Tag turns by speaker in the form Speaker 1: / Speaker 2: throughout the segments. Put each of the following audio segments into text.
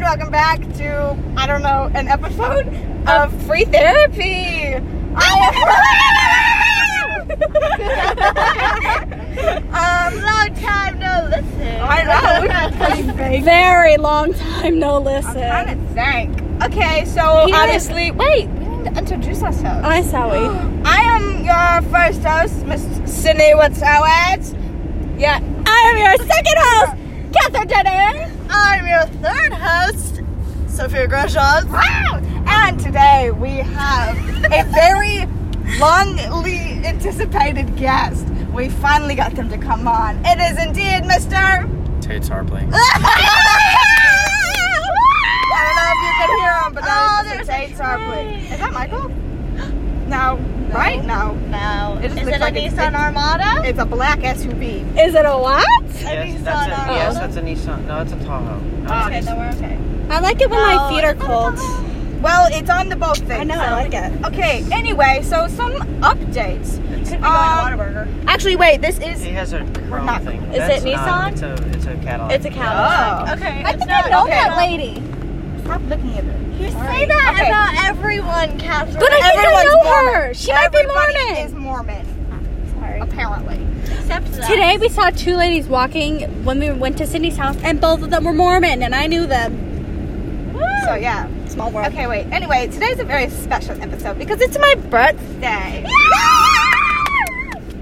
Speaker 1: welcome back to I don't know an episode of Free Therapy. I am. um,
Speaker 2: Long time no listen.
Speaker 1: I know. we got pretty big.
Speaker 3: Very long time no
Speaker 1: Trying
Speaker 3: listen.
Speaker 1: to think. Okay, so
Speaker 3: Peter-
Speaker 1: honestly, wait, we didn't introduce ourselves.
Speaker 3: Hi, Sally.
Speaker 1: I am your first host, Miss Sydney Witsowitz. Yeah,
Speaker 3: I am your second host, Catherine Jennings.
Speaker 2: I'm your third host, Sophia Grosjean.
Speaker 1: Wow! And today we have a very longly anticipated guest. We finally got them to come on. It is indeed Mr.
Speaker 4: Tate's Harpling.
Speaker 1: I don't know if you can hear him, but that
Speaker 2: Oh,
Speaker 1: is
Speaker 2: there's
Speaker 1: Mr.
Speaker 2: a
Speaker 1: Tate Tarpley. Is that Michael? No. Right? No.
Speaker 2: Now,
Speaker 1: It just
Speaker 2: is
Speaker 1: looks
Speaker 2: it a
Speaker 1: like it's-
Speaker 2: Nissan
Speaker 1: it's-
Speaker 2: Armada?
Speaker 1: It's a black SUV.
Speaker 3: Is it a what?
Speaker 2: Nissan
Speaker 5: Yes, that's a,
Speaker 2: Armada.
Speaker 5: yes, that's a Nissan. No, it's a Tahoe. No, it's
Speaker 2: Okay,
Speaker 5: a
Speaker 2: then we're okay. Oh.
Speaker 3: I like it when
Speaker 2: No,
Speaker 3: my feet are
Speaker 2: it's not
Speaker 3: cold.
Speaker 1: Well, it's on the both things.
Speaker 3: I know, I like it.
Speaker 1: Okay, anyway, so some updates.
Speaker 2: Could be
Speaker 1: Um,
Speaker 2: going to Whataburger.
Speaker 1: Actually, wait, this
Speaker 5: Nissan.
Speaker 1: is.
Speaker 5: He has a chrome
Speaker 1: not-
Speaker 5: thing.
Speaker 3: is
Speaker 5: That's
Speaker 3: it
Speaker 5: not-
Speaker 3: Nissan?
Speaker 5: It's a it's a Cadillac.
Speaker 3: It's a
Speaker 1: oh.
Speaker 3: Cadillac.
Speaker 2: Oh, Okay.
Speaker 3: I
Speaker 2: it's
Speaker 3: think I
Speaker 2: not-
Speaker 3: know
Speaker 2: okay.
Speaker 3: that lady.
Speaker 1: Stop looking at her.
Speaker 2: You say
Speaker 1: right.
Speaker 2: that
Speaker 1: Okay.
Speaker 2: about everyone, Catherine.
Speaker 3: But I think I
Speaker 1: Everyone's
Speaker 3: know
Speaker 1: Mormon.
Speaker 3: her. She might be
Speaker 1: Everybody is
Speaker 3: Mormon.
Speaker 1: Mormon,
Speaker 3: Sorry.
Speaker 1: apparently.
Speaker 2: Except that.
Speaker 3: Today we saw two ladies walking when we went to Sydney's house, and both of them were Mormon, and I knew them.
Speaker 1: So yeah.
Speaker 3: Small world.
Speaker 1: Ah. Okay, wait. Anyway, today's a very special episode because it's my birthday.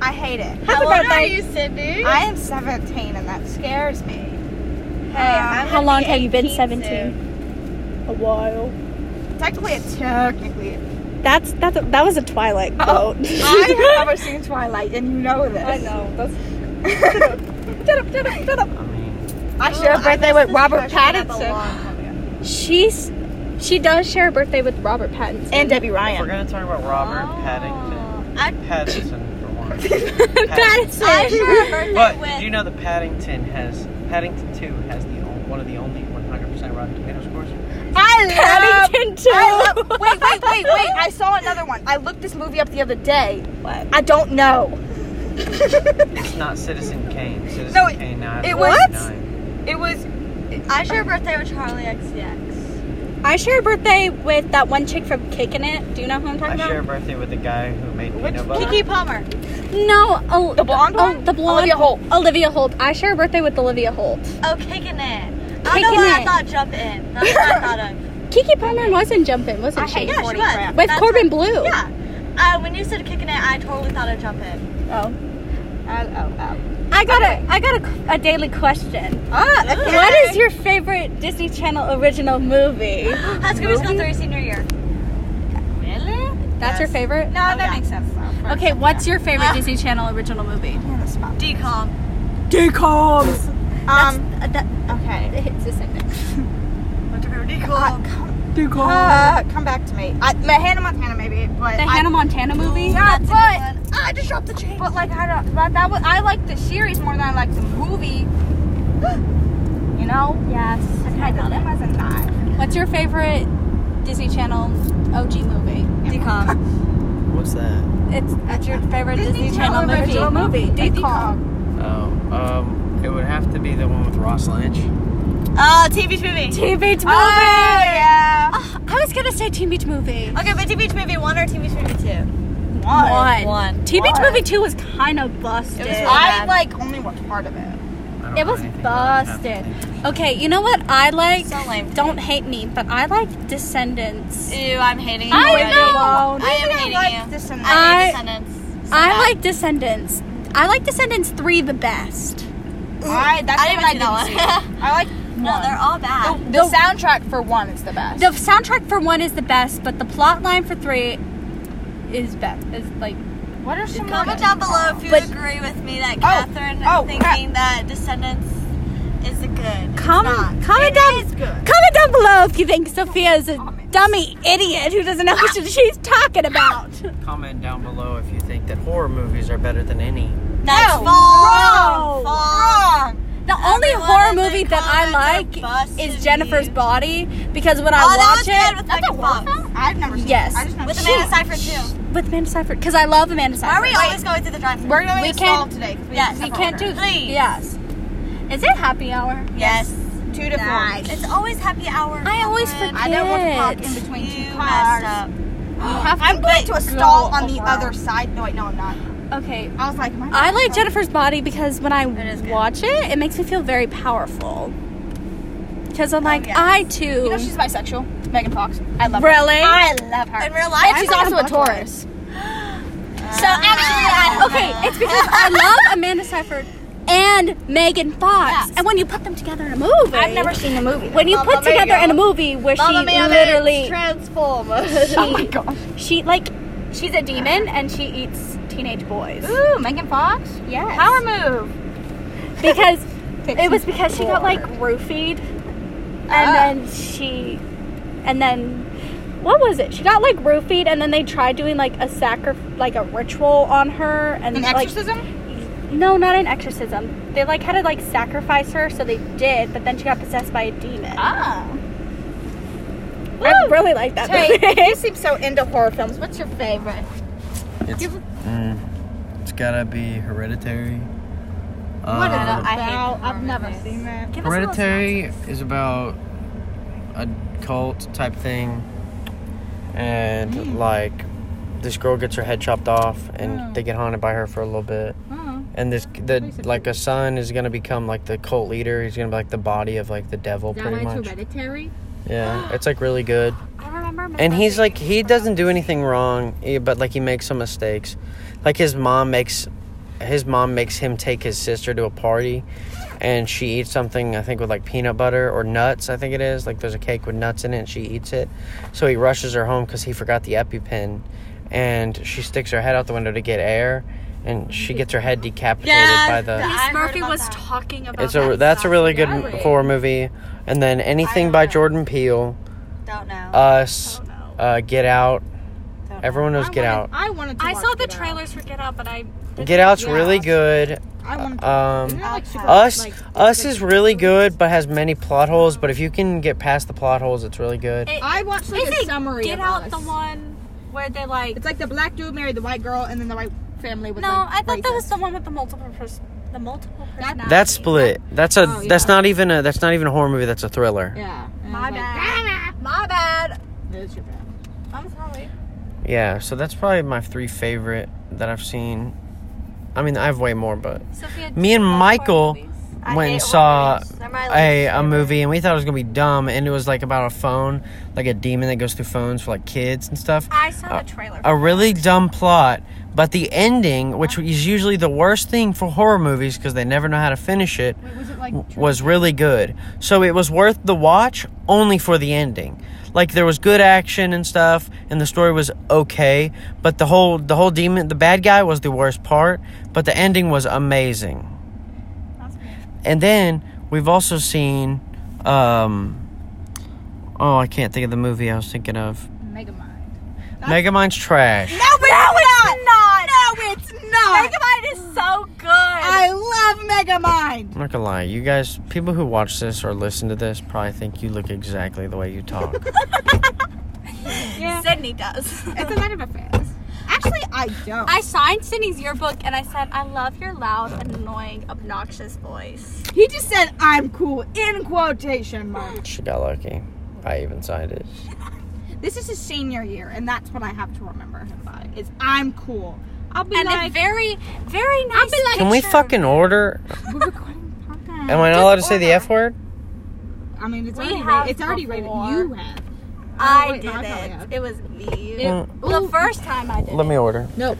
Speaker 1: I hate it.
Speaker 2: How
Speaker 3: Happy
Speaker 2: old are
Speaker 3: birthday.
Speaker 2: you, Sydney?
Speaker 1: I am 17 and that scares me. Uh, Hey,
Speaker 2: I'm
Speaker 3: How
Speaker 2: gonna
Speaker 3: long
Speaker 2: be
Speaker 3: have you been
Speaker 2: 18
Speaker 3: 17? A while.
Speaker 1: technically it's technically.
Speaker 3: That's that's that was a Twilight
Speaker 1: Oh,
Speaker 3: quote.
Speaker 1: I have never seen Twilight and you know this.
Speaker 3: I know. That's
Speaker 1: Shut up, shut up, shut up, shut up.
Speaker 5: I mean,
Speaker 1: I
Speaker 2: Oh,
Speaker 1: share a
Speaker 2: I
Speaker 1: birthday
Speaker 2: messed
Speaker 1: with
Speaker 2: this
Speaker 1: Robert
Speaker 2: question up a
Speaker 1: Pattinson.
Speaker 2: long time ago.
Speaker 3: She's she does share a birthday with Robert Pattinson
Speaker 1: And Debbie
Speaker 5: if we're
Speaker 1: Ryan.
Speaker 5: gonna talk about Robert Paddington,
Speaker 2: I,
Speaker 5: Paddington for one.
Speaker 3: Pattinson.
Speaker 2: I share a birthday
Speaker 5: But
Speaker 2: with.
Speaker 5: did you know that Paddington has Paddington Two has the on- one of the only 100% Rotten Tomato scores?
Speaker 1: I love
Speaker 3: Paddington too.
Speaker 1: I love- wait, wait, wait, wait. I saw another one. I looked this movie up the other day.
Speaker 3: What?
Speaker 1: I don't know.
Speaker 5: It's not Citizen Kane. Citizen
Speaker 1: No, it-
Speaker 5: Kane now has
Speaker 1: it was-
Speaker 5: 99.
Speaker 1: It was
Speaker 2: I share a birthday with Charlie XCX.
Speaker 3: I share a birthday with that one chick from Kickin' It. Do you know who I'm
Speaker 5: I
Speaker 3: talking
Speaker 5: share a
Speaker 3: about?
Speaker 5: birthday with the guy who made peanut butter.
Speaker 2: Kiki Palmer.
Speaker 3: No, Ol-
Speaker 1: The blonde
Speaker 3: Ol-
Speaker 1: one?
Speaker 3: the blonde
Speaker 1: Olivia Holt.
Speaker 3: Olivia Holt. I share a birthday with Olivia Holt.
Speaker 2: Oh, kicking it. I
Speaker 3: Kicking
Speaker 2: know what I
Speaker 3: It.
Speaker 2: thought jump in. That's what I thought of.
Speaker 3: Kiki Palmer wasn't jumping,
Speaker 1: I
Speaker 3: wasn't she?
Speaker 1: hate
Speaker 2: Yeah, she
Speaker 1: Morning
Speaker 2: was.
Speaker 1: crap.
Speaker 3: With
Speaker 2: That's-
Speaker 3: Corbin Blue.
Speaker 2: Yeah. Uh, when you said kicking it, I totally thought of jump in.
Speaker 3: Oh.
Speaker 1: L O L.
Speaker 3: I got a I got a, a daily question.
Speaker 1: oh. Ah, okay.
Speaker 3: What is your favorite Disney Channel original movie?
Speaker 2: High School Musical 3 senior year. Really?
Speaker 3: That's your favorite?
Speaker 1: No, that
Speaker 2: yeah.
Speaker 1: makes sense though.
Speaker 3: Okay, what's your favorite
Speaker 2: Ah.
Speaker 3: Disney Channel original movie?
Speaker 2: Decom.
Speaker 3: Decoms.
Speaker 1: Um.
Speaker 2: Uh, that,
Speaker 1: Okay.
Speaker 3: It's the same thing.
Speaker 2: what's your favorite
Speaker 1: Uh,
Speaker 2: decom?
Speaker 1: come,
Speaker 3: Decoms.
Speaker 1: uh, come back to me. I, my Hannah Montana maybe, but
Speaker 3: The
Speaker 1: I,
Speaker 3: Hannah Montana movie?
Speaker 1: Yeah,
Speaker 2: That's a
Speaker 1: but
Speaker 2: good one. I just dropped the chain.
Speaker 1: but like I don't. But that was I like the series more than I like the movie. you know.
Speaker 3: Yes.
Speaker 1: I got it. Wasn't that?
Speaker 3: What's your favorite Disney Channel OG movie?
Speaker 2: Decom.
Speaker 4: What's that?
Speaker 3: It's it's your favorite
Speaker 1: Disney Channel original movie, Decom.
Speaker 4: Oh, um, it would have to be the one with Ross Lynch.
Speaker 2: Uh, Teen Beach Movie.
Speaker 3: Teen Beach movie.
Speaker 1: Oh yeah.
Speaker 3: I was gonna say Teen Beach movie.
Speaker 2: Okay, but Teen Beach Movie 1 or Teen Beach Movie 2?
Speaker 3: One.
Speaker 2: One.
Speaker 3: Teen Beach
Speaker 1: One.
Speaker 3: movie two was kind of busted.
Speaker 2: really
Speaker 1: I
Speaker 2: bad.
Speaker 1: like only watched part of it.
Speaker 4: I don't
Speaker 3: It
Speaker 4: know
Speaker 3: was
Speaker 4: anything about it.
Speaker 3: busted. Okay, you know what I like?
Speaker 2: So lame.
Speaker 3: Don't hate me, but I like Descendants.
Speaker 2: Ew, I'm hating you
Speaker 3: I
Speaker 2: already.
Speaker 3: know.
Speaker 2: I am
Speaker 1: Maybe I
Speaker 2: hating
Speaker 1: like
Speaker 2: you.
Speaker 1: this and
Speaker 2: I
Speaker 3: I-
Speaker 2: hate Descendants. so
Speaker 3: I
Speaker 2: bad.
Speaker 3: like Descendants. I like Descendants three the best.
Speaker 1: I that's
Speaker 2: I
Speaker 1: the one
Speaker 2: didn't like that one.
Speaker 1: I like
Speaker 2: no, they're all bad.
Speaker 1: the, the soundtrack for one is the best.
Speaker 3: The soundtrack for one is the best, but the plot line for three is best. Is like
Speaker 1: what are some
Speaker 2: Comment
Speaker 1: other-
Speaker 2: down below if you
Speaker 3: But-
Speaker 2: agree with me that
Speaker 1: Oh,
Speaker 2: Catherine
Speaker 1: oh,
Speaker 2: thinking that Descendants is a good.
Speaker 3: comment comment down comment down below if you think Sophia is a dummy idiot who doesn't know what she- she's talking about.
Speaker 4: Comment down below if you think that horror movies are better than any.
Speaker 2: That's
Speaker 1: No,
Speaker 3: wrong,
Speaker 2: wrong. Wrong.
Speaker 3: The only
Speaker 2: Everyone
Speaker 3: horror
Speaker 2: in the
Speaker 3: movie that I
Speaker 2: comments are
Speaker 3: like
Speaker 2: busting
Speaker 3: is Jennifer's
Speaker 2: you.
Speaker 3: Body because when I
Speaker 2: Oh, that was
Speaker 3: watch
Speaker 2: good
Speaker 3: it
Speaker 2: with Megan Fox.
Speaker 1: I've never seen
Speaker 3: Yes.
Speaker 1: it. I just know
Speaker 2: With
Speaker 1: Shit.
Speaker 2: Amanda Seyfried too.
Speaker 3: with Amanda Seyfried because I love Amanda Seyfried.
Speaker 2: Why are we always going through the drive-thru?
Speaker 1: We're going
Speaker 3: We
Speaker 1: to
Speaker 3: can't-
Speaker 1: solve today.
Speaker 2: Yes,
Speaker 3: We can't do
Speaker 2: Please.
Speaker 3: Yes. Is it happy hour?
Speaker 2: Yes.
Speaker 1: two different.
Speaker 2: Nice. It's always happy hour.
Speaker 3: I always
Speaker 2: Colin.
Speaker 3: forget.
Speaker 1: I don't want to park in between
Speaker 2: You
Speaker 1: two cars.
Speaker 2: messed up.
Speaker 1: I'm going to a stall on the other side. No, wait, no, I'm not.
Speaker 3: Okay.
Speaker 1: I was like, am
Speaker 3: I like Jennifer's body because when I
Speaker 2: It is good.
Speaker 3: watch it, it makes me feel very powerful. Because
Speaker 2: Oh,
Speaker 3: I'm like,
Speaker 1: yeah.
Speaker 3: I too.
Speaker 6: You know she's bisexual, Megan Fox. I love her.
Speaker 3: really?
Speaker 1: I love her.
Speaker 2: In real
Speaker 6: And
Speaker 2: life,
Speaker 6: she's
Speaker 3: like
Speaker 6: also
Speaker 3: a
Speaker 6: a Taurus.
Speaker 3: So actually, I, okay, it's because I love Amanda Seyfried and Megan Fox,
Speaker 6: Yes.
Speaker 3: and when you put them together in a movie,
Speaker 6: I've never seen the movie.
Speaker 3: When you put together in a movie where she literally
Speaker 2: transform.
Speaker 3: she,
Speaker 6: Oh
Speaker 3: she like she's a demon and she eats teenage boys.
Speaker 6: Ooh, Megan Fox.
Speaker 3: Yes,
Speaker 6: Power move.
Speaker 3: because it was because she got like roofied, and
Speaker 6: Oh.
Speaker 3: then she, and then what was it? She got like roofied, and then they tried doing like a sacri- like a ritual on her, and
Speaker 1: an
Speaker 3: like
Speaker 1: exorcism?
Speaker 3: no, not an exorcism. They like had to like sacrifice her, so they did, but then she got possessed by a demon.
Speaker 6: Ah.
Speaker 3: I really like that movie.
Speaker 1: you seem so into horror films. What's your favorite?
Speaker 4: It's, mm, it's gotta be hereditary.
Speaker 1: What is it
Speaker 4: Um,
Speaker 6: I hate
Speaker 1: about?
Speaker 6: horror
Speaker 1: I've never
Speaker 6: movies.
Speaker 1: seen that.
Speaker 3: Give us a little
Speaker 4: Hereditary is about a cult type thing, and
Speaker 3: Mm.
Speaker 4: like this girl gets her head chopped off, and they get haunted by her for a little bit.
Speaker 3: Mm.
Speaker 4: And this the like a son is gonna become like the cult leader. He's gonna be like the body of like the devil, pretty much.
Speaker 6: hereditary?
Speaker 4: Yeah, it's like really good.
Speaker 3: synopsis. I remember.
Speaker 4: And he's like he doesn't do anything wrong, eh, but like he makes some mistakes. Like his mom makes his mom makes him take his sister to a party and she eats something I think with like peanut butter or nuts, I think it is. Like there's a cake with nuts in it and she eats it. So he rushes her home cuz he forgot the EpiPen and she sticks her head out the window to get air and she gets her head decapitated by the
Speaker 3: Miss Murphy was talking about.
Speaker 4: It's a that's a really good m- horror movie. And then anything by Jordan Peele,
Speaker 2: Don't know.
Speaker 4: Us, uh, Get Out. Everyone knows Get Out.
Speaker 1: I wanted to.
Speaker 3: I
Speaker 1: watch
Speaker 3: saw the
Speaker 1: Get Out.
Speaker 3: trailers for Get Out, but I
Speaker 4: Get Out's really good.
Speaker 1: I wanted to.
Speaker 4: Um,
Speaker 1: They're like super-
Speaker 4: Us Us is really good, but has many plot holes. But if you can get past the plot holes, it's really good.
Speaker 3: it,
Speaker 1: I watched like
Speaker 3: is
Speaker 1: a
Speaker 3: it
Speaker 1: summary.
Speaker 3: Get
Speaker 1: of
Speaker 3: Out
Speaker 1: Us.
Speaker 3: the one where they like.
Speaker 1: It's like the black dude married the white girl, and then the white family was
Speaker 3: no,
Speaker 1: like.
Speaker 3: I thought that
Speaker 1: racist.
Speaker 3: was the one with the multiple pers- the multiple personality.
Speaker 4: That's split. That's a
Speaker 1: Oh, yeah.
Speaker 4: that's not even a that's not even a horror movie. That's a thriller. Yeah.
Speaker 1: Yeah.
Speaker 3: my bad.
Speaker 6: My bad.
Speaker 1: That's your bad.
Speaker 6: I'm sorry.
Speaker 4: So that's probably my three favorite that I've seen. I mean, I have way more, but
Speaker 3: Sophia,
Speaker 4: me and
Speaker 3: do you like
Speaker 4: Michael
Speaker 3: horror movies?
Speaker 4: went and saw a, a movie and we thought it was gonna be dumb and it was like about a phone like a demon that goes through phones for like kids and stuff
Speaker 3: I saw
Speaker 4: uh,
Speaker 3: the trailer. Uh-huh.
Speaker 4: a really dumb plot but the ending which is usually the worst thing for horror movies because they never know how to finish it
Speaker 1: Was it like?
Speaker 4: was really good so it was worth the watch only for the ending like there was good action and stuff and the story was okay but the whole the whole demon the bad guy was the worst part but the ending was amazing and then we've also seen, um, oh, I can't think of the movie I was thinking of.
Speaker 1: Megamind.
Speaker 4: Megamind's trash.
Speaker 1: No, but no, it's not. No, it's not.
Speaker 3: Megamind is so good.
Speaker 1: I love Megamind.
Speaker 4: I'm not gonna lie, you guys, people who watch this or listen to this probably think you look exactly the way you talk.
Speaker 3: Sydney does.
Speaker 1: It's a lot of affairs. Actually, I don't.
Speaker 3: I signed Sydney's yearbook and I said, I love your loud, annoying, obnoxious voice.
Speaker 1: he just said I'm cool in quotation marks.
Speaker 4: she got lucky. I even signed it.
Speaker 3: Hmm.
Speaker 1: This is his senior year, and that's what I have to remember him by. Is I'm cool. I'll be
Speaker 3: and
Speaker 1: like,
Speaker 3: a very, very nice. Like,
Speaker 4: Can we fucking order?
Speaker 1: we're recording podcast.
Speaker 4: Am I not allowed to say the F word?
Speaker 1: I mean, it's
Speaker 3: We
Speaker 1: already
Speaker 3: have
Speaker 1: rated. It's already rated.
Speaker 3: before.
Speaker 1: You have.
Speaker 3: I
Speaker 1: Oh, wait,
Speaker 3: did
Speaker 1: no, I probably
Speaker 3: it.
Speaker 1: have.
Speaker 3: It was me.
Speaker 4: Mm,
Speaker 3: the first time I did.
Speaker 4: let me order.
Speaker 3: it.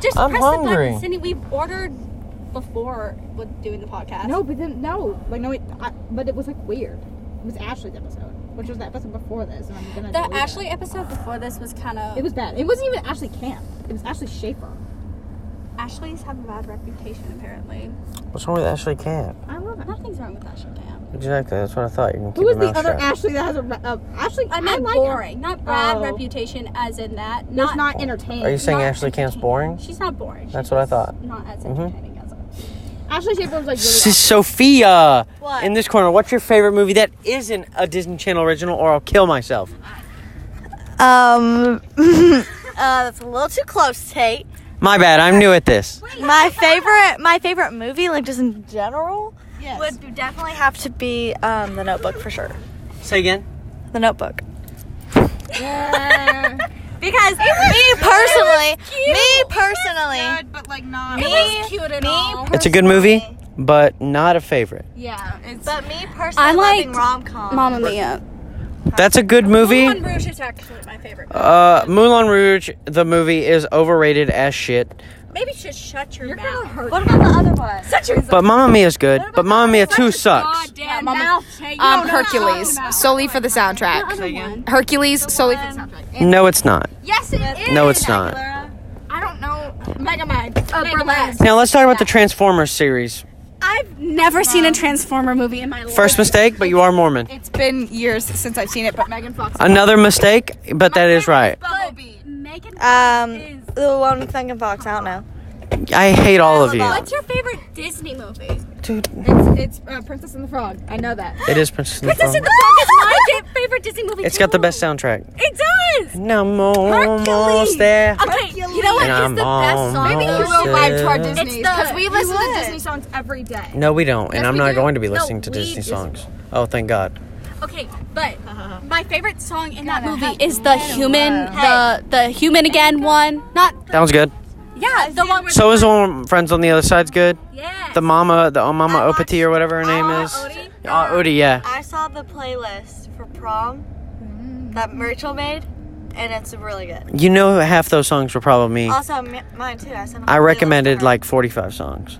Speaker 3: Just
Speaker 4: I'm
Speaker 3: press the
Speaker 4: hungry.
Speaker 3: button, Sydney. We ordered before with doing the podcast.
Speaker 1: No, but then no, like no, it, I, but it was like weird. It was Ashley's episode, which was the episode before this, and I'm gonna.
Speaker 3: The
Speaker 1: delete it.
Speaker 3: Ashley episode before this was kind of
Speaker 1: It was bad. It wasn't even Ashley Camp. It was Ashley Schaefer.
Speaker 3: Ashley's have a bad reputation apparently.
Speaker 4: What's wrong with Ashley Camp?
Speaker 1: I love it.
Speaker 3: Nothing's wrong with Ashley Camp.
Speaker 4: Exactly, that's what I thought. You can keep
Speaker 1: Who was
Speaker 4: your
Speaker 1: the
Speaker 4: mouth
Speaker 1: other
Speaker 4: shut.
Speaker 1: Ashley that has a re- uh, Ashley?
Speaker 3: I meant
Speaker 1: like her.
Speaker 3: boring, not bad
Speaker 1: Oh.
Speaker 3: reputation as in that.
Speaker 1: It's
Speaker 3: Not,
Speaker 1: not entertaining.
Speaker 4: Are you saying
Speaker 3: not
Speaker 4: Ashley Camp's
Speaker 3: entertaining.
Speaker 4: boring?
Speaker 3: She's not boring. She's
Speaker 4: That's what I
Speaker 3: just
Speaker 4: thought.
Speaker 3: Not as
Speaker 4: Mhm.
Speaker 3: entertaining as us.
Speaker 1: Ashley Schaefer was like really.
Speaker 4: This is Sophia in this corner. What's your favorite movie that isn't a Disney Channel original, or I'll kill myself?
Speaker 2: Um, uh, that's a little too close, Tate.
Speaker 4: My bad. I'm new at this.
Speaker 2: My favorite, my favorite movie, like just in general,
Speaker 1: Yes.
Speaker 3: would definitely have to be um, the Notebook for sure.
Speaker 5: Say again.
Speaker 3: The Notebook.
Speaker 6: Because me personally, me personally,
Speaker 1: Good, but like not.
Speaker 6: me, cute me,
Speaker 4: It's a good movie, but not a favorite.
Speaker 1: yeah, it's
Speaker 6: but me personally,
Speaker 3: I
Speaker 6: loving
Speaker 3: liked
Speaker 6: rom com.
Speaker 3: Mamma Mia.
Speaker 4: That's a good movie.
Speaker 3: Moulin Rouge is actually my favorite.
Speaker 4: Uh, Moulin Rouge, the movie is overrated as shit.
Speaker 3: Maybe just shut your mouth.
Speaker 6: What about the other one?
Speaker 4: But Mamma Mia is good. But Mamma Mia 2 sucks.
Speaker 3: Damn,
Speaker 6: Oh,
Speaker 7: Um, Hercules, solely for the soundtrack.
Speaker 5: Say again.
Speaker 7: Hercules, solely for the soundtrack.
Speaker 4: No, it's not.
Speaker 6: Yes, it is.
Speaker 4: No, it's not.
Speaker 6: I don't know.
Speaker 3: Uh, burlesque.
Speaker 4: Now let's talk about the Transformers series.
Speaker 3: I've never seen a Transformer movie in my life.
Speaker 4: First mistake, but you are Mormon.
Speaker 1: it's been years since I've seen it, but Megan Fox.
Speaker 4: Another mistake, but that is right.
Speaker 1: Bumblebee.
Speaker 3: Megan
Speaker 4: Uh,
Speaker 2: Um, the one with Megan Fox. I don't know.
Speaker 4: I hate all of you.
Speaker 3: What's your favorite Disney movie?
Speaker 4: Dude,
Speaker 1: It's uh, Princess and the Frog. I know that.
Speaker 4: it is Princess and the
Speaker 3: Princess
Speaker 4: Frog.
Speaker 3: and the Frog is my di- favorite Disney movie.
Speaker 4: Oh. It's got the
Speaker 3: too.
Speaker 4: best soundtrack.
Speaker 3: It does.
Speaker 4: Now I'm almost there.
Speaker 3: Okay, you know what
Speaker 4: And
Speaker 3: is
Speaker 4: I'm
Speaker 3: the best song?
Speaker 4: almost
Speaker 3: Maybe you
Speaker 4: there.
Speaker 3: will like.
Speaker 6: Because we listen
Speaker 1: would.
Speaker 6: to Disney songs every day.
Speaker 4: No, we don't, and I'm
Speaker 6: we
Speaker 4: not
Speaker 6: do.
Speaker 4: going to be
Speaker 6: No,
Speaker 4: listening to
Speaker 6: we
Speaker 4: Disney
Speaker 6: just-
Speaker 4: songs. Oh, thank God.
Speaker 3: Okay, but my favorite song in that movie is the human, the the human again one. Not
Speaker 4: That was good.
Speaker 3: yeah, the one. Where
Speaker 4: So is the one Friends on the Other Side's good.
Speaker 3: yeah.
Speaker 4: The mama, the oh mama Opati or whatever her name is. Ah, Udi, yeah.
Speaker 2: I saw the playlist for prom
Speaker 1: Mm.
Speaker 2: that Rachel made, and it's really good.
Speaker 4: You know half those songs were probably me.
Speaker 2: Also, m- mine too. I sent. a
Speaker 4: I
Speaker 2: playlist
Speaker 4: recommended
Speaker 2: for her.
Speaker 4: like 45 songs.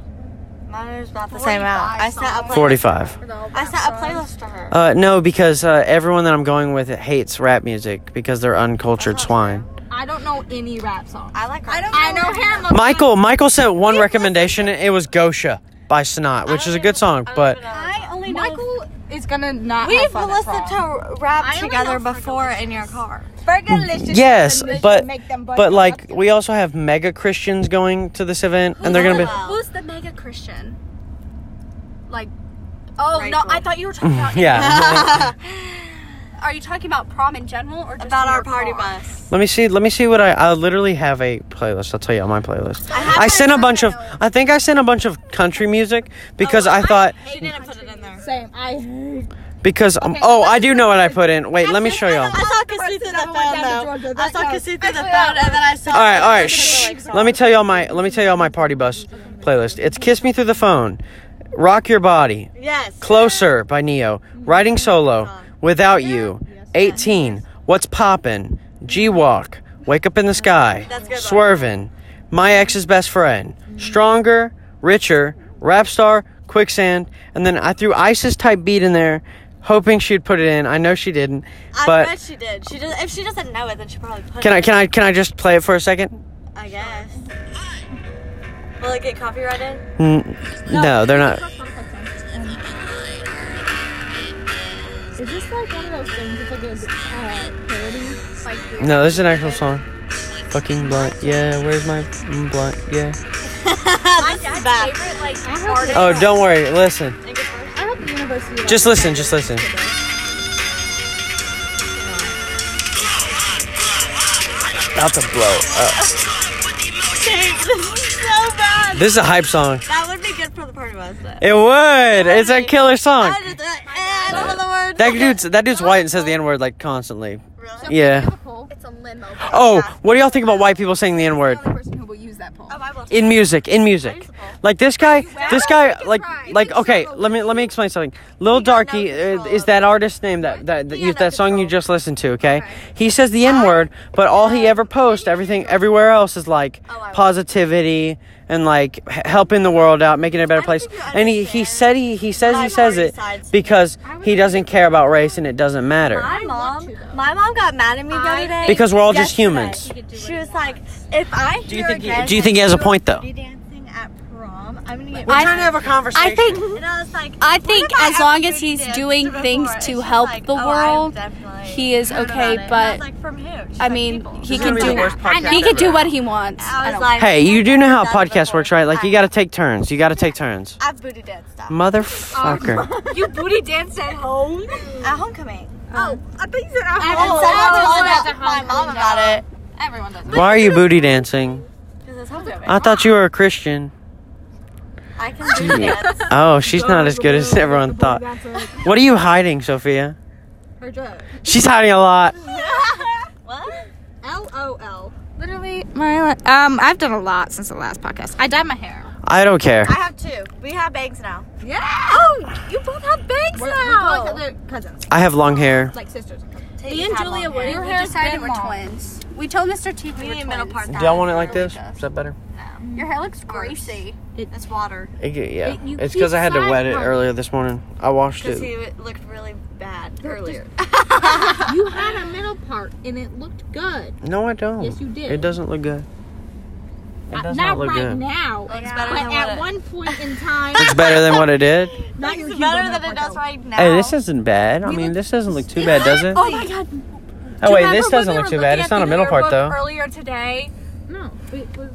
Speaker 2: Mine was about the same amount. I sent a playlist.
Speaker 4: 45.
Speaker 2: I sent a playlist to her.
Speaker 4: Uh, no, because uh, everyone that I'm going with hates rap music because they're uncultured swine.
Speaker 1: I don't know any rap song.
Speaker 2: I like. I don't.
Speaker 6: I know him. Look,
Speaker 4: Michael, Michael sent one recommendation. and It was Gosha by Snot, which is a good song, but
Speaker 3: I only know
Speaker 1: Michael is gonna not. have
Speaker 2: We've
Speaker 1: fun at
Speaker 2: listened
Speaker 1: prom.
Speaker 2: to rap together before in your car.
Speaker 1: Fergalicious
Speaker 4: Mm, yes,
Speaker 1: doesn't
Speaker 4: but
Speaker 1: make them buddy
Speaker 4: but
Speaker 1: up.
Speaker 4: like we also have mega Christians going to this event, and they're gonna be
Speaker 3: who's the mega Christian. Like, oh no, I thought you were talking about.
Speaker 4: yeah. Mm-hmm.
Speaker 3: Are you talking about prom in general or just in
Speaker 2: About our
Speaker 3: your
Speaker 2: party
Speaker 3: car?
Speaker 2: bus.
Speaker 4: Let me see. Let me see what I. I literally have a playlist. I'll tell you my playlist. I, sent a bunch of. I think I sent a bunch of country music because I thought
Speaker 2: She didn't put it in there.
Speaker 1: Same. I hate.
Speaker 4: because um, oh I do know what I put in. Wait, let me show y'all.
Speaker 2: I saw Cassie through the phone though. I saw Cassie through the phone, and then I saw.
Speaker 4: All right, all right. Shh. Let me tell y'all my. Let me tell y'all my party bus playlist. It's "Kiss Me Through the Phone," "Rock Your Body,"
Speaker 2: Yes.
Speaker 4: "Closer" by Neo, "Riding Solo," "Without You," "18," "What's Poppin'," "G Walk," "Wake Up in the Sky,"
Speaker 2: That's a good one.
Speaker 4: "Swervin'," "My Ex's Best Friend," "Stronger," "Richer," "Rap Star," "Quicksand," and then I threw ISIS type beat in there, hoping she'd put it in. I know she didn't,
Speaker 2: I bet
Speaker 4: but
Speaker 2: she did. She does. If she doesn't know it, then she probably put
Speaker 4: can
Speaker 2: it.
Speaker 4: I can I can I just play it for a second?
Speaker 2: I? I guess. Will it get copyrighted?
Speaker 4: N- no, they're not.
Speaker 1: Is this like one of those things? It's like a uh, parody.
Speaker 4: No, this is an actual song. Fucking blunt, yeah. Where's my mm, blunt, yeah?
Speaker 2: This is bad.
Speaker 4: Oh, don't worry. Listen. Just listen. Just listen. About to blow up.
Speaker 2: so bad.
Speaker 4: This is a hype song.
Speaker 2: That would be good for the party bus. But.
Speaker 4: It would. It's a killer song.
Speaker 2: I, just, eh, I don't know the words.
Speaker 4: That dude's that dude's white and says the n word like constantly.
Speaker 2: Really?
Speaker 4: Yeah.
Speaker 6: It's a limo.
Speaker 4: Oh, what do y'all think about white people saying the n word?
Speaker 1: The person who will use that poll.
Speaker 2: Oh, I will.
Speaker 4: in music in music like this guy this guy like like okay let me let me explain something lil darky uh, is that artist name that that, that, you, that song you just listened to okay he says the n-word but all he ever posts everything everywhere else is like positivity and like h- helping the world out making it a better place
Speaker 2: think you
Speaker 4: and he he said he he says he says
Speaker 2: minority
Speaker 4: it
Speaker 2: sides.
Speaker 4: because he doesn't care about race and it doesn't matter
Speaker 2: My mom, my mom got mad at me the other day
Speaker 4: because we're all just
Speaker 2: yesterday.
Speaker 4: humans
Speaker 2: She was like, "If I hear
Speaker 4: you think he-
Speaker 2: again
Speaker 4: do you think he has a
Speaker 2: that
Speaker 4: point,
Speaker 2: you
Speaker 4: though?
Speaker 2: be dancing at prom, I'm gonna get."
Speaker 4: we're trying to have a conversation
Speaker 3: I think
Speaker 2: And I was like,
Speaker 3: I think
Speaker 2: "What have
Speaker 3: as long
Speaker 2: ever
Speaker 3: as he's
Speaker 2: danced
Speaker 3: doing
Speaker 2: before?"
Speaker 3: things
Speaker 2: And
Speaker 3: to
Speaker 2: she's
Speaker 3: help
Speaker 2: like,
Speaker 3: the
Speaker 2: "Oh, I've
Speaker 3: world,
Speaker 2: definitely
Speaker 3: he is
Speaker 2: heard about
Speaker 3: okay,
Speaker 2: it." And I
Speaker 3: but
Speaker 2: was like, "From who?" She's
Speaker 3: I
Speaker 2: like,
Speaker 3: mean,
Speaker 2: "People."
Speaker 3: he
Speaker 4: This is
Speaker 3: can
Speaker 4: gonna be
Speaker 3: do
Speaker 4: the worst podcast
Speaker 3: he can do
Speaker 4: ever.
Speaker 3: what he wants.
Speaker 2: I was like,
Speaker 4: Hey, you do know how a
Speaker 2: I've done it
Speaker 4: podcast
Speaker 2: before.
Speaker 4: works, right? Like you got to take turns. You got to take turns.
Speaker 2: I've booty danced stuff
Speaker 4: Motherfucker.
Speaker 6: You booty danced at home?
Speaker 2: at homecoming.
Speaker 6: I
Speaker 2: Oh,
Speaker 6: haven't
Speaker 2: and I
Speaker 6: said
Speaker 2: told my mom about it
Speaker 6: Everyone does.
Speaker 4: Why are you booty dancing?
Speaker 2: because it's homecoming.
Speaker 4: I thought you were a Christian.
Speaker 2: I can do dance.
Speaker 4: Oh, she's not as good as everyone thought. What are you hiding, Sophia?
Speaker 3: Her drug.
Speaker 4: She's hiding a lot.
Speaker 3: L O L.
Speaker 1: Literally, my um, I've done a lot since the last podcast. I dyed my hair.
Speaker 4: I don't care.
Speaker 2: I have two. We have bangs now.
Speaker 3: Yeah. Oh, you both have bangs we're, now. We're both other cousins,
Speaker 4: I have long hair.
Speaker 3: like sisters. and cousins.
Speaker 2: Me and Julia were.
Speaker 3: Your
Speaker 2: We
Speaker 3: hair's
Speaker 2: just dyed
Speaker 3: been
Speaker 2: we're
Speaker 3: long.
Speaker 2: twins.
Speaker 6: We told Mr. T we
Speaker 2: We
Speaker 6: were
Speaker 2: need middle part.
Speaker 4: Do y'all want it like this? Is that better?
Speaker 6: Your hair looks
Speaker 2: Greasy. It's water.
Speaker 4: It, yeah.
Speaker 3: It- you
Speaker 4: it's because I had to
Speaker 3: keep
Speaker 4: wet it
Speaker 3: sideways.
Speaker 4: earlier this morning. I washed
Speaker 2: Because he
Speaker 4: it.
Speaker 2: w- looked really bad earlier.
Speaker 3: You had a middle part and it looked good.
Speaker 4: No, I don't.
Speaker 3: Yes, you did.
Speaker 4: It doesn't look good. It
Speaker 3: Uh,
Speaker 4: does
Speaker 3: not
Speaker 4: not look
Speaker 3: right
Speaker 4: good.
Speaker 3: now.
Speaker 2: Looks
Speaker 3: but
Speaker 2: better than what
Speaker 3: at
Speaker 2: it-
Speaker 3: one point in time,
Speaker 4: It's better than what it did.
Speaker 3: not your
Speaker 2: It's
Speaker 3: Hugo
Speaker 2: better than
Speaker 3: Nutmeg
Speaker 2: it does
Speaker 3: though.
Speaker 2: right now.
Speaker 4: Hey, Oh, this isn't bad. I mean, this doesn't look too bad, does it?
Speaker 3: Oh my god,
Speaker 4: Oh wait,
Speaker 6: remember
Speaker 4: this
Speaker 6: when
Speaker 4: doesn't
Speaker 6: we were
Speaker 4: look too
Speaker 6: looking
Speaker 4: bad.
Speaker 6: at
Speaker 4: It's not a
Speaker 6: the
Speaker 4: middle part
Speaker 6: yearbook
Speaker 4: though.
Speaker 6: Earlier today,
Speaker 3: no! It was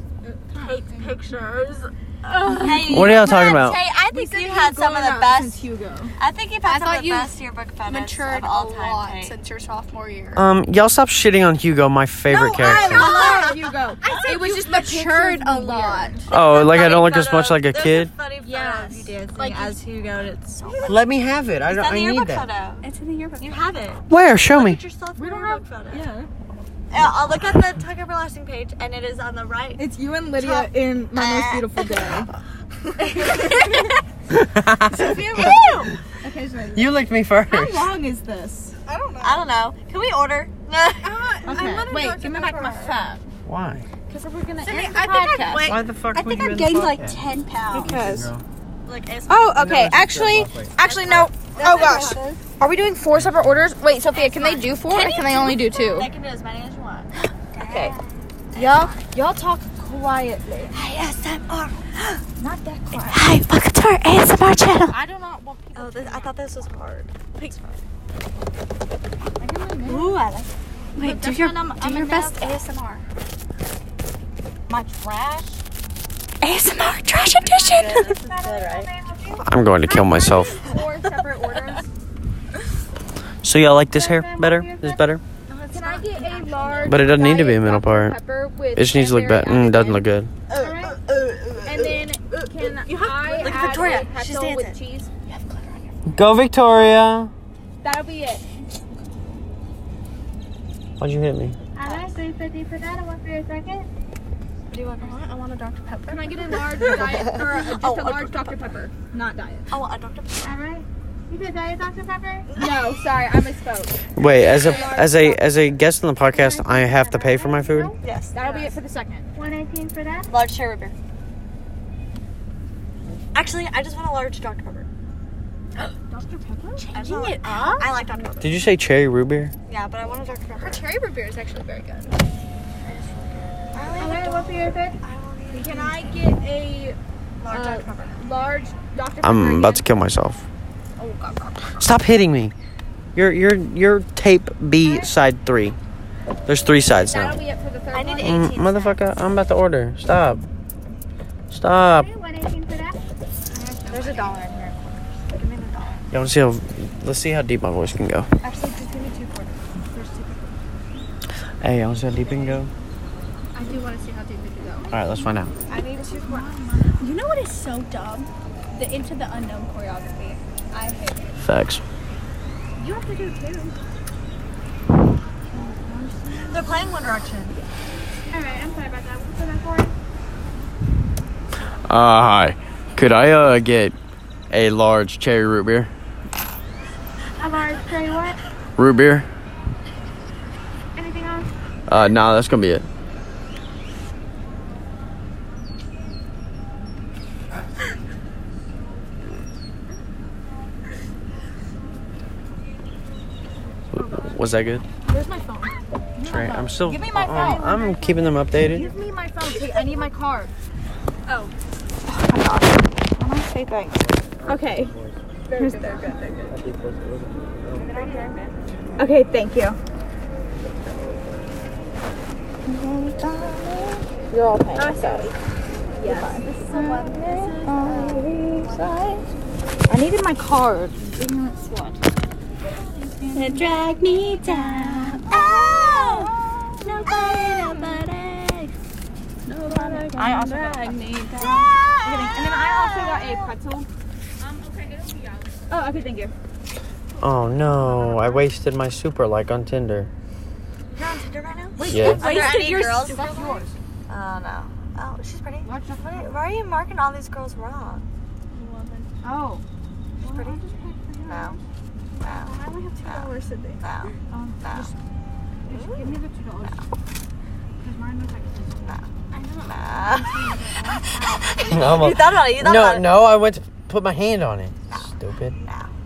Speaker 3: uh,
Speaker 6: take pictures.
Speaker 4: What are y'all talking about?
Speaker 2: Tay, I think you had some of the
Speaker 3: Since
Speaker 2: best.
Speaker 3: Hugo.
Speaker 2: I think you've had
Speaker 6: I
Speaker 2: some
Speaker 6: thought
Speaker 2: of the
Speaker 6: you
Speaker 2: best yearbook photos
Speaker 6: Matured
Speaker 2: of
Speaker 6: a
Speaker 2: all time.
Speaker 6: lot
Speaker 2: Tay.
Speaker 6: since your sophomore year.
Speaker 4: Um, y'all stop shitting on Hugo, my favorite character.
Speaker 3: Love Hugo.
Speaker 6: it was just matured a lot.
Speaker 4: Oh, like I
Speaker 2: Funny
Speaker 4: don't look as
Speaker 2: photo-
Speaker 4: much like a
Speaker 2: there's
Speaker 4: kid.
Speaker 2: funny photo
Speaker 3: Yes.
Speaker 2: of you dancing
Speaker 3: Like you-
Speaker 2: as Hugo, and it's so.
Speaker 4: Let me have it. I, don't,
Speaker 2: It's
Speaker 4: I
Speaker 2: on the yearbook
Speaker 4: need that.
Speaker 2: photo.
Speaker 6: It's in the yearbook.
Speaker 2: You have it.
Speaker 4: Where? Show me.
Speaker 2: Put yourself
Speaker 3: We
Speaker 2: in the
Speaker 3: don't
Speaker 2: yearbook
Speaker 3: have.
Speaker 2: photo.
Speaker 3: Yeah.
Speaker 2: Yeah, I'll look at the Tuck Everlasting page, and it is on the right.
Speaker 3: It's you and Lydia in my most beautiful day. Occasionally.
Speaker 4: You licked me first.
Speaker 3: How long is this?
Speaker 2: I don't know. Can we order?
Speaker 3: Okay. Wait, give me back my phone.
Speaker 4: Why?
Speaker 2: Wait,
Speaker 4: Why the fuck? I
Speaker 6: think I've gained like ten pounds.
Speaker 8: Because.
Speaker 2: look, it's
Speaker 1: Oh, okay.
Speaker 4: it's just
Speaker 1: Actually,
Speaker 4: that lovely.
Speaker 1: actually, no. Oh gosh, are we doing four separate orders? Wait, Sophia, can they do four? or Can they only do two?
Speaker 2: They can do as many as you want.
Speaker 1: Okay. Y'all, y'all talk.
Speaker 3: I do not want.
Speaker 2: Oh, this, I thought this was hard.
Speaker 6: Ooh, I like. Wait, do your
Speaker 3: I'm,
Speaker 6: do your best ASMR.
Speaker 3: My trash.
Speaker 6: ASMR trash edition.
Speaker 4: I'm going to kill myself.
Speaker 3: Four separate orders.
Speaker 4: So y'all like this hair better? This better?
Speaker 3: Can I get a large?
Speaker 4: But it doesn't need to be a
Speaker 3: Diet
Speaker 4: middle
Speaker 3: Dr.
Speaker 4: part.
Speaker 3: Pepper with
Speaker 4: It just needs to look
Speaker 3: cranberry
Speaker 4: better. Mm, doesn't
Speaker 3: ice
Speaker 4: look good.
Speaker 3: cream, And then can I
Speaker 2: look at
Speaker 3: add
Speaker 2: Victoria.
Speaker 3: a
Speaker 2: She's
Speaker 3: pretzel with
Speaker 2: dancing.
Speaker 3: cheese?
Speaker 4: Go Victoria.
Speaker 3: That'll be it.
Speaker 4: Why'd you hit me?
Speaker 3: Can I get a large diet or a- just a large Dr Pepper, not diet?
Speaker 2: Oh, a Dr.
Speaker 3: No, sorry, I misspoke.
Speaker 4: Wait, as a as a as a guest on the podcast, I have to pay for my food.
Speaker 2: Yes.
Speaker 3: That'll be it for the second.
Speaker 2: Large cherry beer. Actually, I just want a large Dr. Pepper.
Speaker 3: Dr Pepper?
Speaker 2: I just want- I like Dr. Pepper.
Speaker 4: Did you say cherry root beer?
Speaker 2: Yeah, but I want a Dr. Pepper.
Speaker 1: Cherry root beer is actually very good.
Speaker 3: Can I get a uh,
Speaker 2: Large Dr. Pepper.
Speaker 3: large Dr Pepper?
Speaker 4: I'm about to
Speaker 3: again?
Speaker 4: kill myself. Stop hitting me. Your your your tape B side three. There's three sides now.
Speaker 3: That'll be it for the third.
Speaker 2: I need
Speaker 3: one.
Speaker 2: 18.
Speaker 4: Mm, motherfucker, I'm about to order. Stop. Stop.
Speaker 2: There's a dollar in here. Give me the dollar.
Speaker 4: Y'all wanna see how let's see how deep my voice can go.
Speaker 2: Actually, just give me two quarters. There's two quarters.
Speaker 4: Hey, y'all wanna see how deep it can go?
Speaker 3: I do want to see how deep we can go.
Speaker 4: Alright, let's find out.
Speaker 2: I need two quarters.
Speaker 6: You know what is so dumb? The Into the Unknown choreography. I hate it.
Speaker 4: Facts.
Speaker 6: You have to do two.
Speaker 2: They're playing One Direction.
Speaker 4: Uh hi. Could I uh get a large cherry root beer?
Speaker 6: A large cherry what?
Speaker 4: Root beer?
Speaker 6: Anything else?
Speaker 4: Uh nah, that's gonna be it. Was that good?
Speaker 3: Where's my phone?
Speaker 4: Trey, I'm still.
Speaker 3: Give me my
Speaker 4: uh-uh,
Speaker 3: phone.
Speaker 4: I'm keeping them updated.
Speaker 3: Give me my phone. Wait, I need my card.
Speaker 8: Say thanks.
Speaker 3: Okay.
Speaker 8: Okay, thank you.
Speaker 3: I needed my card.
Speaker 6: Gonna drag me down. Oh! Nobody, nobody. Nobody.
Speaker 3: I also.
Speaker 6: down. kidding. And then I also got a pretzel. Um, okay, Oh, okay, thank you.
Speaker 4: Oh no, I wasted my super like on Tinder.
Speaker 2: You're on Tinder right now?
Speaker 4: Yeah.
Speaker 2: Are there
Speaker 3: Wasted
Speaker 2: any
Speaker 3: your
Speaker 2: girls?
Speaker 6: That's yours.
Speaker 2: Oh no. Oh, she's pretty. Why
Speaker 6: Watch the photo.
Speaker 2: why are you marking all these girls wrong?
Speaker 6: Oh.
Speaker 2: She's pretty. No. No.
Speaker 6: I only have two dollars today.
Speaker 2: No.
Speaker 6: Um,
Speaker 2: No.
Speaker 6: just, just give me the two dollars. Because mine was like this.
Speaker 4: I
Speaker 2: You
Speaker 4: almost-
Speaker 2: thought about it. You thought
Speaker 4: no,
Speaker 2: about it.
Speaker 4: no, I went to put my hand on it. Stupid.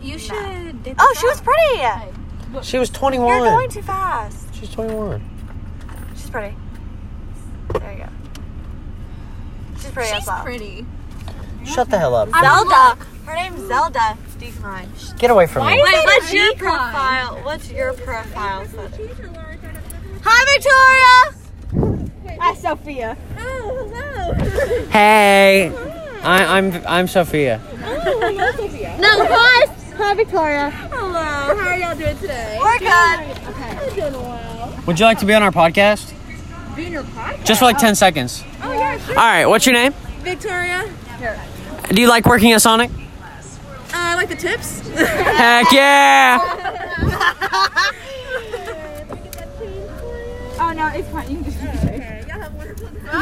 Speaker 3: You should. dip
Speaker 2: Oh,
Speaker 3: this
Speaker 2: she was
Speaker 3: out.
Speaker 2: pretty.
Speaker 4: She was
Speaker 2: You're going
Speaker 4: 21.
Speaker 2: too fast.
Speaker 4: She's 21.
Speaker 2: She's pretty. There you go. She's pretty as well.
Speaker 1: pretty.
Speaker 4: Shut the hell up.
Speaker 2: Zelda. Her name's Zelda. Decline.
Speaker 4: Get away from me.
Speaker 2: Wait, what's your profile? What's your profile? photo? Hi, Victoria.
Speaker 9: Hi, Sophia.
Speaker 4: Hey. I, I'm I'm Sophia.
Speaker 10: Oh,
Speaker 2: We're good.
Speaker 4: Would you like to be on our podcast? Just for like 10 seconds. All right, what's your name?
Speaker 10: Oh, Victoria.
Speaker 4: Do you like working at Sonic?
Speaker 10: Uh, like the tips?
Speaker 4: Heck yeah!
Speaker 6: Oh no, it's fine. You can just use it.
Speaker 1: Is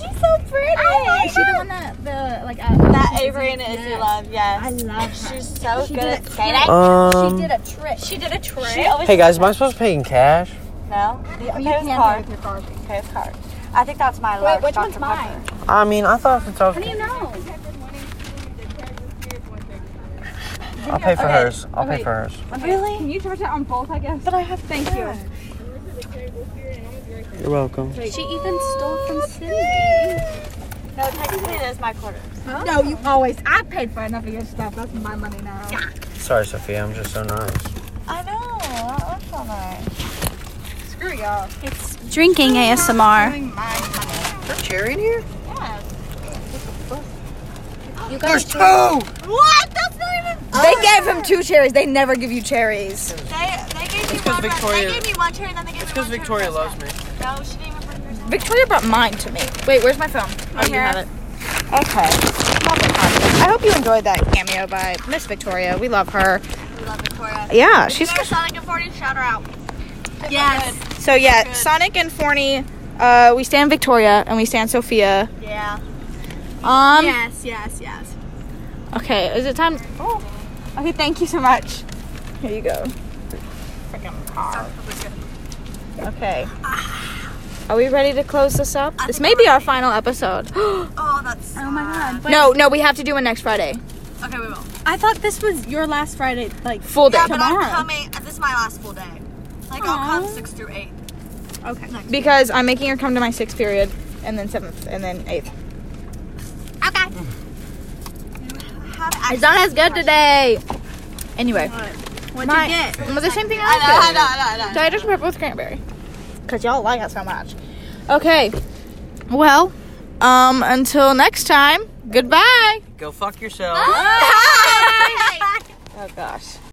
Speaker 1: she the one that the like uh,
Speaker 2: That Avery and Izzy love. Yes. I love her. She's so good at skating.
Speaker 4: Um,
Speaker 1: did a trick?
Speaker 2: She did a trick. She always
Speaker 4: hey guys, am I supposed to pay in cash?
Speaker 2: no. Yeah, pay his card. Pay his card. I think that's my large
Speaker 6: which
Speaker 2: Dr.
Speaker 6: one's mine?
Speaker 2: Pepper.
Speaker 4: I mean, I thought since I was. How do you know? I'll pay for hers. I'll pay for hers.
Speaker 6: Really? Can you charge that on both? I guess. But I have. Thank you.
Speaker 4: You're welcome.
Speaker 3: She even stole from Cindy.
Speaker 2: No, technically it is my quarter.
Speaker 6: No, you always. I paid for enough of your stuff. That's my money now.
Speaker 4: Sorry, Sophia. I'm just so nice.
Speaker 2: I know. That was so nice.
Speaker 6: Screw y'all.
Speaker 3: Drinking ASMR.
Speaker 6: Doing my money.
Speaker 4: There's cherry in here?
Speaker 1: You
Speaker 4: There's
Speaker 1: guys,
Speaker 4: two. What?
Speaker 1: they gave him two cherries. They never give you cherries.
Speaker 2: Oh, They, they gave me
Speaker 4: 'cause
Speaker 2: one. right-
Speaker 4: Victoria-
Speaker 2: They gave me one chair and then they gave me one chair.
Speaker 4: loves me.
Speaker 2: No, she didn't even bring hers.
Speaker 1: Victoria brought mine to me. Wait, where's my phone? Oh, you have it.
Speaker 9: Okay.
Speaker 1: I hope you enjoyed that cameo by Miss Victoria. We love her.
Speaker 2: We love Victoria.
Speaker 1: Yeah, she's
Speaker 2: Victoria Sonic and 40, shout her out.
Speaker 3: Yes.
Speaker 1: so yeah. Sonic and Forney. Uh, we stand Victoria and we stand Sophia.
Speaker 2: Yeah.
Speaker 3: Oh
Speaker 1: Um.
Speaker 3: Yes, yes, yes.
Speaker 1: Okay, is it time?
Speaker 9: Okay, thank you so much.
Speaker 1: Here you go. Okay. Are we ready to close this up? this may be our final episode.
Speaker 2: Oh, that's. Oh my god.
Speaker 1: no, no, we have to do one next Friday.
Speaker 2: Okay, we will.
Speaker 3: I thought this was your last Friday. Like,
Speaker 1: Full day.
Speaker 2: Yeah, but I'm coming. This is my last full day. Like, I'll come 6 through 8.
Speaker 1: Because I'm making her come to my sixth period, and then seventh, and then eighth.
Speaker 2: Have
Speaker 1: It's not as good today. Anyway,
Speaker 3: what'd
Speaker 1: my-
Speaker 3: you get?
Speaker 1: well, the same thing
Speaker 2: I know, I
Speaker 1: I
Speaker 2: know,
Speaker 1: did.
Speaker 2: I know, I know.
Speaker 1: So I just prepped with cranberry. Cause y'all like it so much. Okay. Well, um, until next time. Goodbye.
Speaker 4: Go fuck yourself.
Speaker 1: Oh gosh.